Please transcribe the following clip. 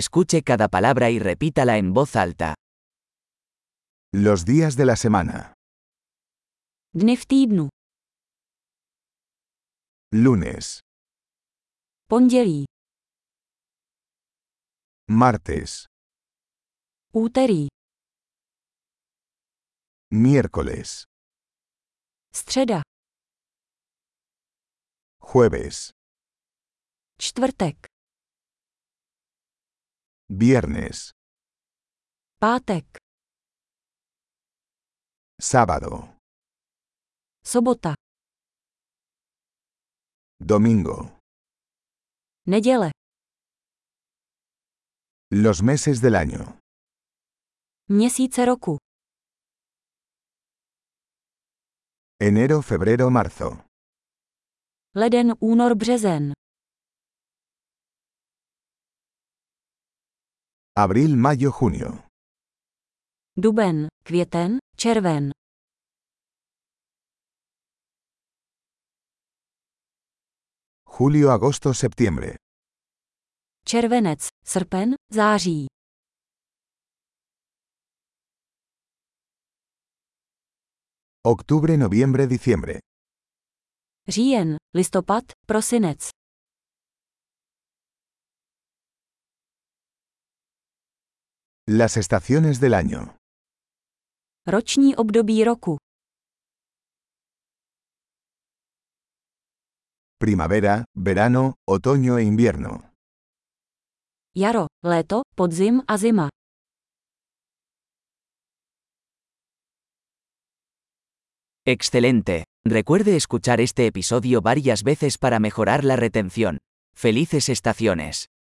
Escuche cada palabra y repítala en voz alta. Los días de la semana. Dny v týdnu. Lunes, Pondělí, martes, úterý, miércoles, středa, jueves, čtvrtek, viernes, pátek, sábado, sobota, domingo. neděle, Los meses del año. měsíce roku, Enero, febrero, marzo. leden, únor, březen, Abril, mayo, junio. duben, květen, červen, Julio, agosto, septiembre. červenec, srpen, září, Octubre, noviembre, diciembre. říjen, listopad, prosinec, Las estaciones del año. roční období roku, Primavera, verano, otoño e invierno. jaro, léto, podzim a zima, Excelente. Recuerde escuchar este episodio varias veces para mejorar la retención. Felices estaciones.